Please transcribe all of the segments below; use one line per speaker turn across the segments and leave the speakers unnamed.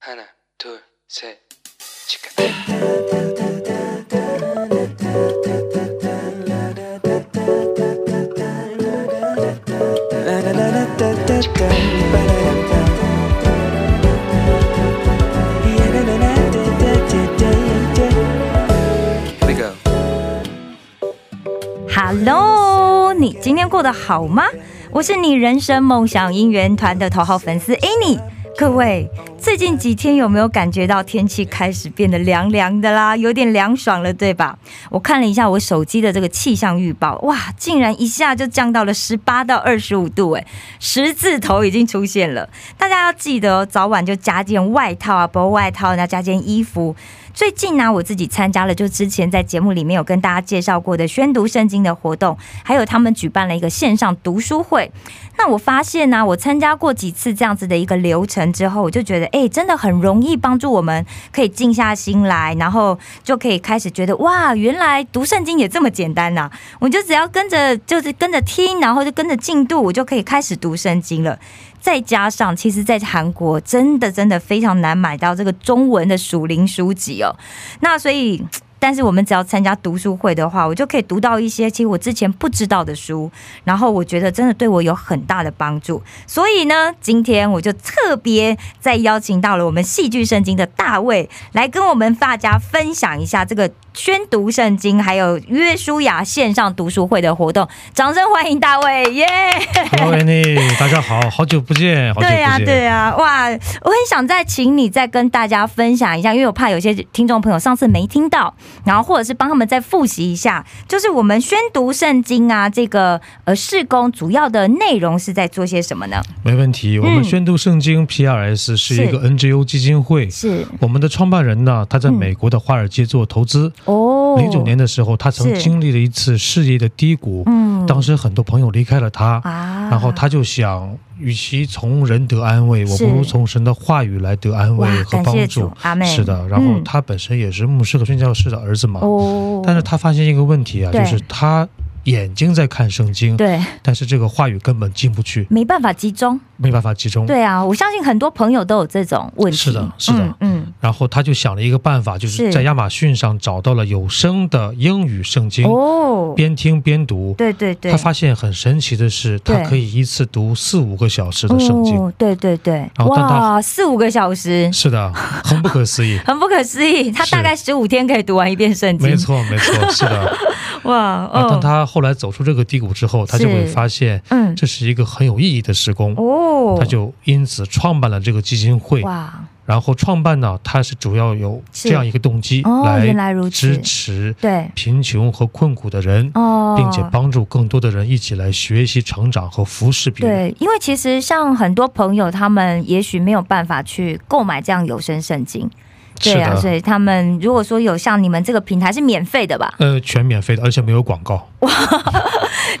하나, 둘, 셋. 치카. Here we go.
Hello，你今天过得好吗？我是你人生梦想姻缘团的头号粉丝 Annie。各位，最近几天有没有感觉到天气开始变得凉凉的啦？有点凉爽了，对吧？我看了一下我手机的这个气象预报，哇，竟然一下就降到了十八到二十五度，哎，十字头已经出现了。大家要记得哦，早晚就加件外套啊，薄外套，那加件衣服。最近呢、我自己参加了，就之前在节目里面有跟大家介绍过的宣读圣经的活动，还有他们举办了一个线上读书会。那我发现呢、我参加过几次这样子的一个流程之后，我就觉得，哎、真的很容易帮助我们可以静下心来，然后就可以开始觉得，哇，原来读圣经也这么简单呐、啊我就只要跟着，就是跟着听，然后就跟着进度，我就可以开始读圣经了。再加上，其实，在韩国真的真的非常难买到这个中文的属灵书籍哦。那所以，但是我们只要参加读书会的话，我就可以读到一些其实我之前不知道的书，然后我觉得真的对我有很大的帮助。所以呢，今天我就特别再邀请到了我们戏剧圣经的大卫来跟我们大家分享一下这个宣读圣经还有约书亚线上读书会的活动。掌声欢迎大卫，耶、
Hello Annie，大家好，好久不见，好久不
对
见。
呀，对呀，哇！我很想再请你再跟大家分享一下，因为我怕有些听众朋友上次没听到，然后或者是帮他们再复习一下，就是我们宣读圣经啊，这个呃事工主要的内容是在做些什么呢？
没问题。我
嗯
们宣读圣经 PRS 是一个 NGO 基金会，
是
我们的创办人呢，他在美国的华尔街做投资。
哦
零九年的时候，他曾
是
经历了一次事业的低谷，
嗯
当时很多朋友离开了他，
啊
然后他就想，与其从人得安慰，我
是
不如从神的话语来得安慰
哇，
和
感谢
帮
主
助。，
阿妹
是的，然后
嗯
他本身也是牧师和宣教师的儿子嘛，
哦，
但是他发现一个问题啊，
对
就是他眼睛在看圣经，
对
但是这个话语根本进不去，
没办法集中，
没办法集中。
对啊，我相信很多朋友都有这种问题，
是的是的
嗯，
然后他就想了一个办法，就是是在亚马逊上找到了有声的英语圣
嗯，，
经
哦，
边听边读。
对对对，
他发现很神奇的是，
对
他可以一次读四五个小时的圣经。
哦、对对对，
然后但他
哇，四五个小时，。
是的，很不可思议
很不可思议。他
是
大概十五天可以读完一遍圣经，
没，错，没错，是的。
哇，
啊，当
哦，
他后来走出这个低谷之后，他就
是
会发现
嗯，
这是一个很有意义的时工。
哦，
他就因此创办了这个基金会。
哇，
然后创办呢，它是主要有
是
这样一个动机
哦，原
来
来如此
支，持
对，
贫穷和困苦的人，
哦，
并且帮助更多的人一起来学习、成长和服侍别人。
对，因为其实像很多朋友，他们也许没有办法去购买这样有声圣经，
是
对啊，所
的，
以他们如果说有像你们这个平台是免费的吧，
呃，全免费的，而且没有广告。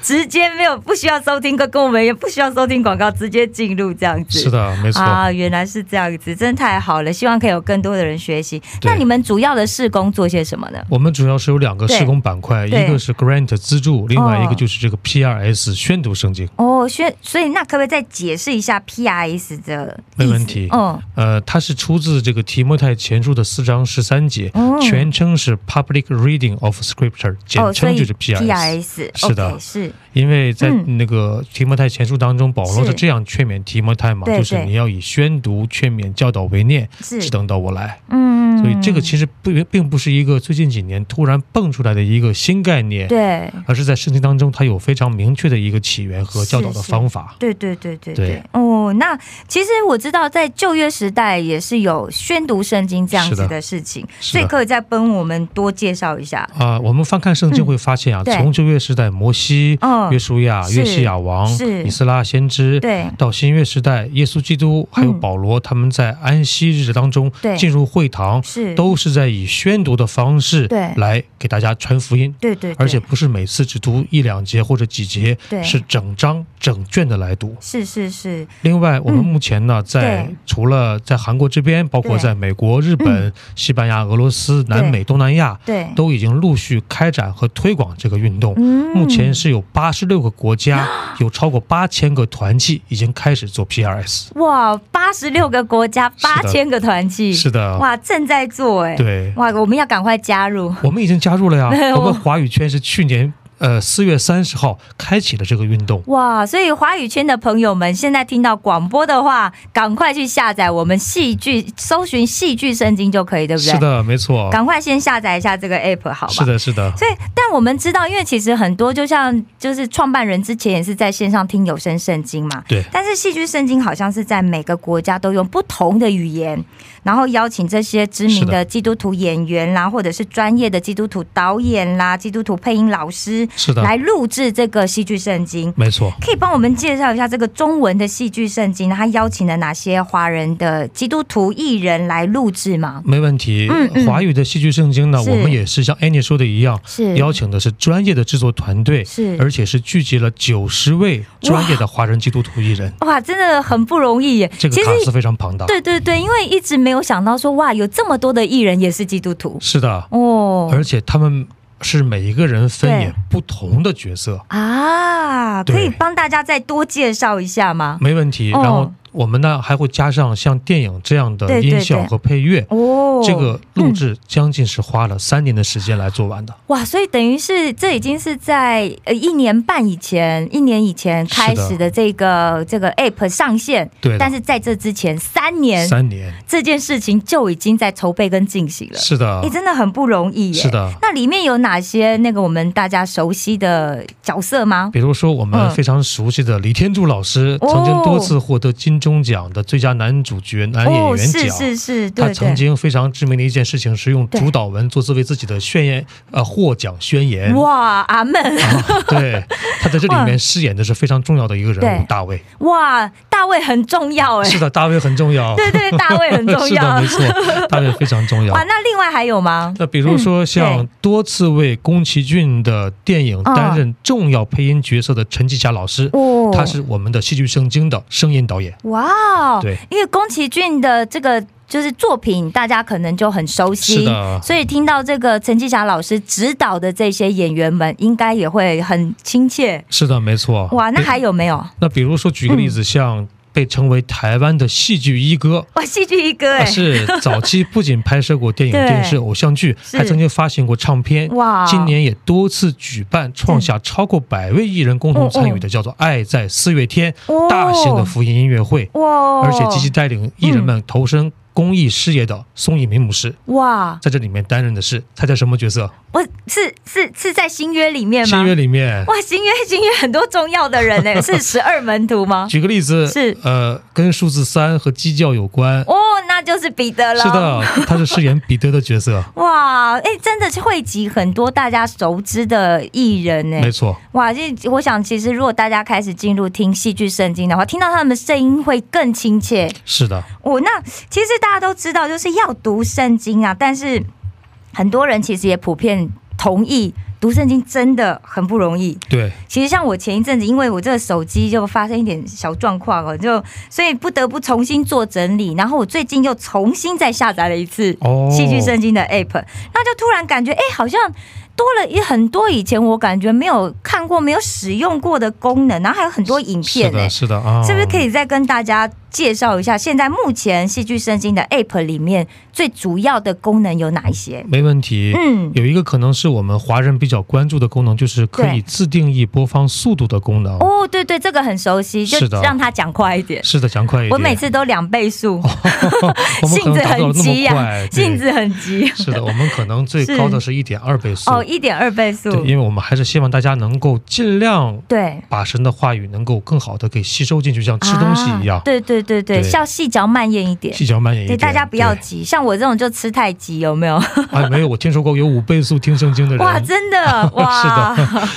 直接没有不需要收听歌，跟我们也不需要收听广告，直接进入这样子，
是的，没错。
啊，原来是这样子，真的太好了！希望可以有更多的人学习。
对
那你们主要的事工做些什么呢？
我们主要是有两个
对
施工板块，一
对
个是 grant 资助，另外一
哦
个就是这个 PRS 宣读圣经。
哦，宣，所以那可不可以再解释一下 PRS 的意思？
没问题
嗯，
呃，它是出自这个提摩太前书的四章十三节，
哦
全称是 Public Reading of Scripture，简
哦，所
称
以
就是 PRS。
是
是的
是
因为在
嗯
那个提摩太前书当中，保罗
是
是这样劝勉提摩太嘛，
对
就是
对
你要以宣读、劝勉、教导为念，
是
只，等到我来。
嗯
所以这个其实并并不是一个最近几年突然蹦出来的一个新概念，
对。
而是在圣经当中它有非常明确的一个起源和教导
是
的
是
方法。
对对对对
对
对，哦，那其实我知道，在旧约时代也是有宣读圣经这样
是
子
的
的事情，
是
所以
的
可以再帮我们多介绍一下。
啊、我们翻看圣经
嗯
会发现啊，
对
从旧约时代摩西、
嗯
约书亚、
是
约西亚王
是、
以斯拉先知，
对
到新约时代，耶稣基督还有
嗯
保罗，他们在安息日当中
对
进入会堂，
是，
都是在以宣读的方式
对
来给大家传福音，
对对，对
而且不是每次只读一两节或者几节
对，
是整章整卷的来读。
是是是，
另外，我们
嗯
目前呢，在
对嗯
除了在韩国这边，包括
对
在美国、日本、西班牙、俄罗斯、南美、东南亚，
对，
都已经陆续开展和推广这个运动。
嗯
目前是有八十六个国家， 有超过八千个团契已经开始做 PRS。
哇，八十六个国家，
是的
八千个团契，
是的，
哇，正在做哎、
对，
哇，我们要赶快加入，
我们已经加入了
没
呀。
有
我们华语圈是去年呃四月三十号开启了这个运动。
哇！所以华语圈的朋友们，现在听到广播的话，赶快去下载我们戏剧，搜寻戏剧圣经就可以，对不对？
是，的，没错。
赶快先下载一下这个 app 好吧？
是。的，是的，
所以，但我们知道，因为其实很多，就像就是创办人之前也是在线上听有声圣经嘛。
对
但是戏剧圣经好像是在每个国家都用不同的语言，然后邀请这些知名
是
的
的
基督徒演员啦，或者是专业的基督徒导演啦、基督徒配音老师
是的，
来录制这个戏剧圣经。
没错。
可以帮我们介绍一下这个中文的戏剧圣经？他邀请了哪些华人的基督徒艺人来录制吗？
没问题
嗯嗯，
华语的戏剧圣经呢，
是
我们也是像 Annie 说的一样，
是
邀请的是专业的制作团队，
是
而且是聚集了九十位专业的华人基督徒艺人，
哇，真的很不容易耶。
这个
其实
卡司非常庞大。
对对对，因为一直没有想到说哇，有这么多的艺人也是基督徒
是的，
哦
而且他们是每一个人分
对
演不同的角色，
啊，可以
哎对
帮大家再多介绍一下吗？
没问题。
哦
然后我们呢还会加上像电影这样
对
的
对
音效
对
和配乐。
哦，
嗯这个录制将近是花了三年的时间来做完的，
哇，所以等于是这已经是在呃一年半以前，一年以前开始
是
的这个这个 app 上线，
对
但
的，
是在这之前三年，
三年，
这件事情就已经在筹备跟进行了。
是的
诶，，真的很不容易耶。
是。的。
那里面有哪些那个我们大家熟悉的角色吗？
比如说，我
嗯
们非常熟悉的李天柱老师，
哦
曾经多次获得金钟奖的最佳男主角、男演
哦，
员奖。
是是是，对
他
对。
曾经非常知名的一件事情是用
对
主导文做作为自己的宣言，呃，获奖宣言。
哇，阿门！
啊，对，他在这里面饰演的是非常重要的一个人
对
物，大卫。
哇，大卫很重要哎
是，的，大卫很重要。
对对，大卫很重
是的，
要
没。错，大卫非常重要
哇，。那另外还有吗？
那比如说，像多次为宫崎骏的电影
嗯
担任重要配音角色的陈吉佳老师，
哦，
他是我们的戏剧圣经的声音导演。
哇哦，
对，
因为宫崎骏的这个就是作品，大家可能就很熟悉。
是的，
所以听到这个陈继霞老师指导的这些演员们，应该也会很亲切。
是的，没错。
哇，那
比
还有嗯没有？
那比如说举个例子，像被称为台湾的戏剧一哥。
哇，戏剧一哥
他
哎、
啊是早期不仅拍摄过电 影、
对
电视、偶像剧，
是
还曾经发行过唱片。
哇，
今年也多次举办，创下超过百位艺人共同参与的叫做“爱在四月天”
哦
大型的福音音乐会，
哇，
而且积极带领艺人们投身公益事业的松井明姆
嗯
师，
哇，
在这里面担任的是他在什么角色？
我是是是在新约里面吗？
新约里面，
哇，新约新约很多重要的人 呢、是十二门徒吗？
举个例子，
是
呃，跟数字三和鸡叫有关。
哦，那就是彼得了。
是的，他是饰演彼得的角 色，
哇，哎、真的是汇集很多大家熟知的艺人呢、
没错，
哇，这我想，其实如果大家开始进入听戏剧圣经的话，听到他们的声音会更亲切。
是的，
哦，那其实大家都知道，就是要读圣经啊，但是很多人其实也普遍同意。读圣经真的很不容易。
对，
其实像我前一阵子，因为我这个手机就发生一点小状况哦，就所以不得不重新做整理。然后我最近又重新再下载了一次
哦，
戏剧圣经的 app，那就突然感觉，哎、好像多了也很多以前我感觉没有看过、没有使用过的功能，然后还有很多影
是
片、哎
的，，是的啊，
是不是可以再跟大家介绍一下，现在目前戏剧圣经的 app 里面最主要的功能有哪一些？
没问题。
嗯，
有一个可能是我们华人比较关注的功能，就是可以自定义播放速度的功能。
哦，对对，这个很熟悉，就是
的
让他讲快一点。
是的，讲快一点。
我每次都两倍速，
我们 可
性
能
子
达不
很
到那
急
么
呀、
快，对
性子很急。
是的，我们可能最高的是一点二倍速。
哦，一点二倍速，
对，因为我们还是希望大家能够尽量
对，
把神的话语能够更好的给吸收进去，像吃东西一样
啊，对对对对，
对
要细嚼慢咽一点。
细嚼慢咽一
对，
点。
大家不要
对
急，像我这种就吃太急，有没有？
啊，没有，我听说过有五倍速听圣经的人。
哇，真 的哇，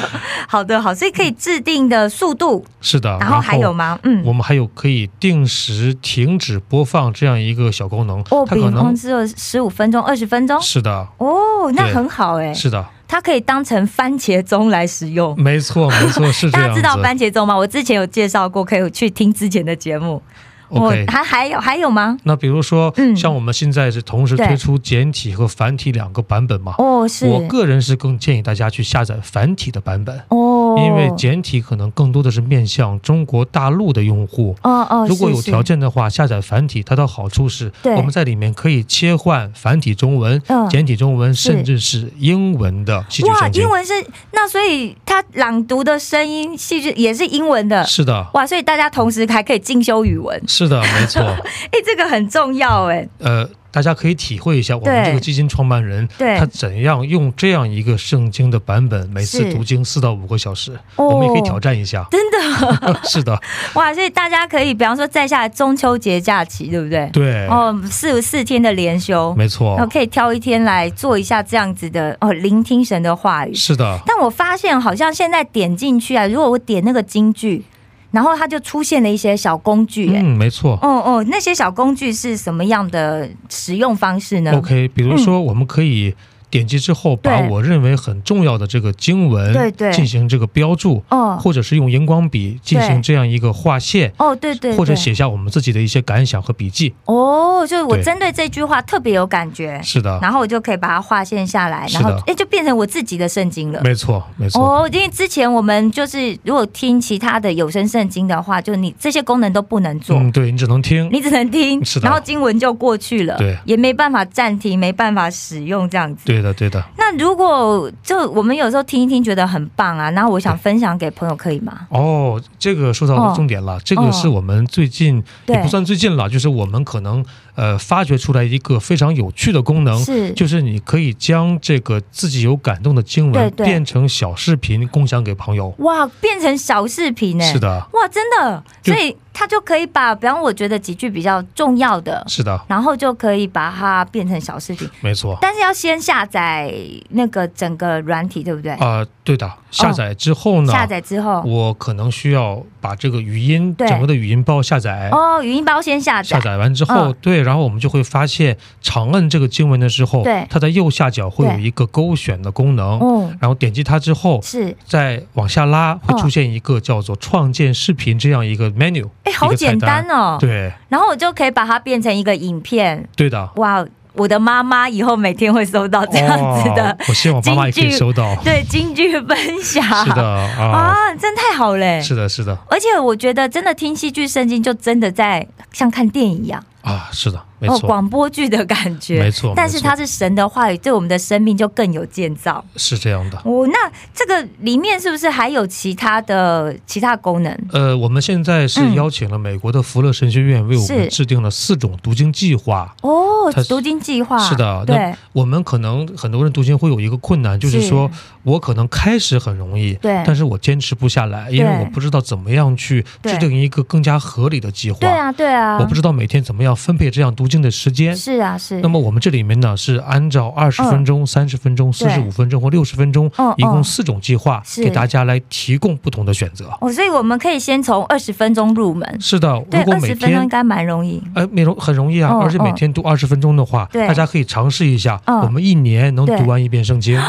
好的好，所以可以制定的速度，
是的，
然后还有？吗？嗯，
我们还有可以定时停止播放这样一个小功能，
哦，
它
比
可
方
能
只有十五分钟、二十分钟，
是的，
哦，那
对
很好哎，
是的，
它可以当成番茄钟来使用。
没 错，没错，是这
大
样
家
子。
知道番茄钟吗？我之前有介绍过，可以去听之前的节目。我
OK，
还还有还有吗？
那比如说
嗯，
像我们现在是同时
对
推出简体和繁体两个版本嘛，
哦，是
我个人是更建议大家去下载繁体的版本。
哦，哦，
因为简体可能更多的是面向中国大陆的用户。
哦哦，
如果有
是是
条件的话，下载繁体，它的好处是，
对
我们在里面可以切换繁体中文、
嗯
简体中文，
是
甚至是英文的戏剧
哇，
圣经
英。文是那，所以他朗读的声音戏剧也是英文的。
是的，
哇，所以大家同时还可以进修语文，
是的，没错。
哎，这个很重要哎。
呃，大家可以体会一下我们
对
这个基金创办人
对
他怎样用这样一个圣经的版本，每次
是
读经四到五个小时，
哦。
我们也可以挑战一下
真 的
是的，
哇，所以大家可以，比方说在下中秋节假期，对不对？
对，
哦，四四天的连休，
没错
然，后可以挑一天来做一下这样子的哦，聆听神的话语。
是的，
但我发现好像现在点进去啊，如果我点那个京剧，然后它就出现了一些小工具、哎、
嗯，没错。
哦哦，那些小工具是什么样的使用方式呢
OK，比如说我们可以点击之后，把
嗯对
我认为很重要的这个
对
经文
对
进行这个标注，
哦
或者是用荧光笔进
对
行这样一个划线，
哦，对对对，
或者写下我们自己的一些感想和笔记。
哦，就是我
对
针对这句话特别有感觉，
是的，
然后我就可以把它划线下来，
是
然
的
后哎，就变成我自己的圣经了。
没错，没错。
哦，因为之前我们就是如果听其他的有声圣经的话，就你这些功能都不能做。
嗯，对你只能听。
你只能听
是，的
然后经文就过去了，
对
也没办法暂停，没办法使用这样子。
对的，对的。
那如果就我们有时候听一听，觉得很棒啊，然后我想分享给朋友，可以吗？
哦，这个说到
哦
重点了，这个是我们最近、
对
也不算最近了，就是我们可能呃发掘出来一个非常有趣的功能。
是，
就是你可以将这个自己有感动的经
对
文
对
变成小视频共享给朋友。
哇，变成小视频呢、
是，的，
哇，真的，
就
所以他就可以把，比方我觉得几句比较重要的，
是的，
然后就可以把它变成小视频，
没错。
但是要先下载那个整个软体，对不对？
啊、对的。下载之后呢，
哦下载之后，
哦我可能需要把这个语音
对
整个的语音包下载。
哦，语音包先下载，
下载完之后，
嗯
对，然后我们就会发现长按这个经文的时候
对，
它在右下角会有
对
一个勾选的功能，
嗯，
然后点击它之后，
是，
再往下拉会
哦
出现一个叫做“创建视频”这样一个 menu，
哎，好
一个菜
简单哦，
对，
然后我就可以把它变成一个影片，
对的。
哇，我的妈妈以后每天会收到哦这样子的，
哦，我希望我妈妈也可以 收到。
对京剧分享，
是的啊，
啊，真太好嘞，
是的，是的
而且我觉得，真的听戏剧圣经，就真的在像看电影一样，
啊，是的，没
哦，
错，
广播剧的感觉。
没错，
但是
没错
它是神的话语，对我们的生命就更有建造。
是这样的。
哦，那这个里面是不是还有其他的其他功能？
呃，我们现在
嗯
是邀请了美国的福勒神学院为我
是
们制定了四种读经计划。
哦
它，是
读经计划
是的
对
我们可能很多人读经会有一个困难，就是
是
说我可能开始很容易，
对
但是我坚持不下来，因为
对
我不知道怎么样去
对
制定一个更加合理的计划。
对啊对啊，
我不知道每天怎么样分配这样读经的时间。
是啊是
那。么我们这里面呢是按照二十
嗯
分钟、三十、分钟、
对
四十五分钟或六十分钟，
嗯
一共
嗯
四种计划，
是
给大家来提供不同的选择。
哦，所以我们可以先从二十分钟入门。
是的，
对
如，果
二
每
十分钟
天
应该蛮容易。
哎，美容很容易啊，
嗯
而且每
嗯
天读二十分钟的话，
对
大家可以尝试一下，
嗯
我们一年能
对
读完一遍圣经。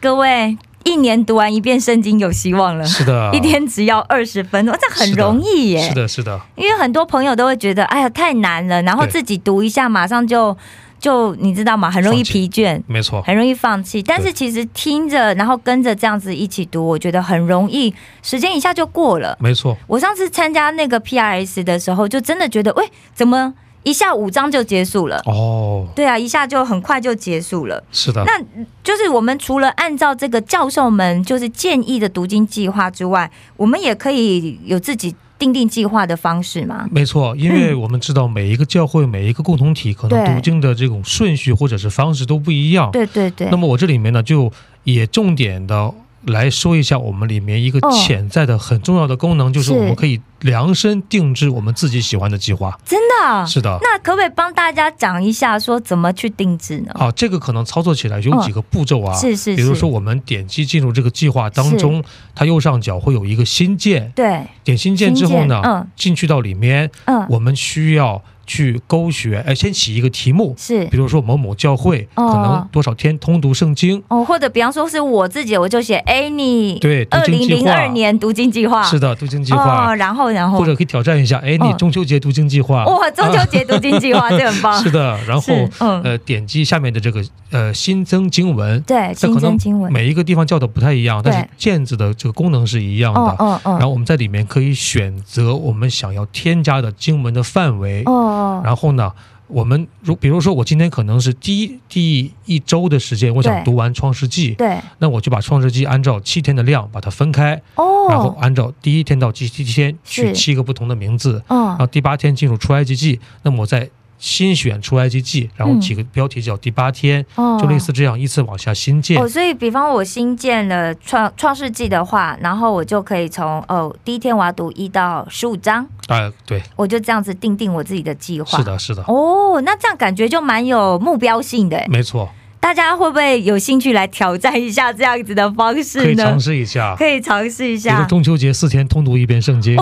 各位，一年读完一遍圣经有希 望了。，
是的
一天只要二十分钟，这很
是的
容易耶。
是的，是的，
因为很多朋友都会觉得，哎呀太难了，然后
对
自己读一下，马上就就你知道吗？很容易
放弃哦
疲倦，
没错，
很容易放弃。但是其实听着，然后跟着这样子一起读，我觉得很容易，时间一下就过了。
没错，
我上次参加那个 PRS 的时候，就真的觉得，喂，怎么一下五章就结束了？
哦，
对啊，一下就很快就结束了。
是的，
那就是我们除了按照这个教授们就是建议的读经计划之外，我们也可以有自己定定计划的方式吗？
没错，因为我们知道每一个教会、每一个共同体，
嗯
可
对
能读经的这种顺序或者是方式都不一样。
对对对
那，么我这里面呢，就也重点的来说一下我们里面一个
哦
潜在的很重要的功能，就是
是
我们可以量身定制我们自己喜欢的计划。
真的啊、
是的。
那可不可以帮大家讲一下，说怎么去定制呢？
啊，这个可能操作起来有几个步骤啊，
哦是是
比如
是
说我们点击进入这个计划当中，它右上角会有一个新建，
对，
点新建之后呢，
新建嗯
进去到里面，
嗯，
我们需要去勾选，哎，先起一个题目，
是
比如说某某教会、
哦
可能多少天通读圣经，
哦，或者比方说是我自己，我就写，哎，你
对，读
二
经
零
计
零
划，
二年读经计划，
是的，读经计划，
啊哦，然后然后
或，者可以挑战一下，哎，
嗯
你中秋节读经计划，
哇，中秋节读经计划，这很棒，
是的，然后呃
是嗯
呃，点击下面的这个呃新增经文，
对，
那
新
可能
增经文，
每一个地方叫的不太一样，
对
但是键字的这个功能是一样
哦
的。
哦哦，
然后我们在里面可以选择我们想要添加的经文的范围。
哦哦，
然后呢，我们如比如说我今天可能是第一第一周的时间，我想
对
读完《创世纪》，
对，
那我就把《创世纪》按照七天的量把它分开，然后
哦，
按照第一天到第七天取
是
七个不同的名字，然后
嗯，
第八天进入出埃及记，那么我再新选出埃及记，然后
嗯
起个标题叫第八天，
哦，
就类似这样依次往下新建
哦，。所以比方我新建了创创世纪的话，然后我就可以从哦第一天我要读一到十五章，
啊、对，
我就这样子定定我自己的计划。
是。的，是的，
哦，那这样感觉就蛮有目标性的诶。欸
没错，
大家会不会有兴趣来挑战一下这样子的方
可
式
以尝
呢？
试一下。
可以啊哦尝试一
比如
下。
中秋节四天通读一遍圣经，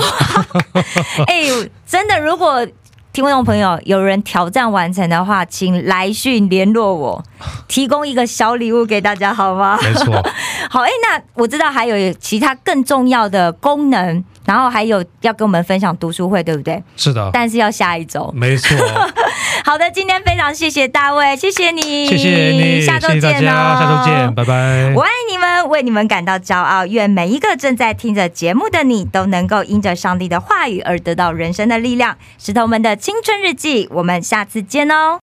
哎、真的，如果听众朋友有人挑战完成的话，请来讯联络 我，提供一个小礼物给大家，好吗？
没错，
好，哎、那我知道还有其他更重要的功能，然后还有要跟我们分享读书会，对不对？
是的，
但是要下一周。
没错。
好的，今天非常谢谢大卫，谢谢你，
谢谢你，
下周
谢谢
见
大家，
哦
下周见，。拜拜。
我爱你们，为你们感到骄傲。愿每一个正在听着节目的你，都能够因着上帝的话语而得到人生的力量。石头们的青春日记，我们下次见哦。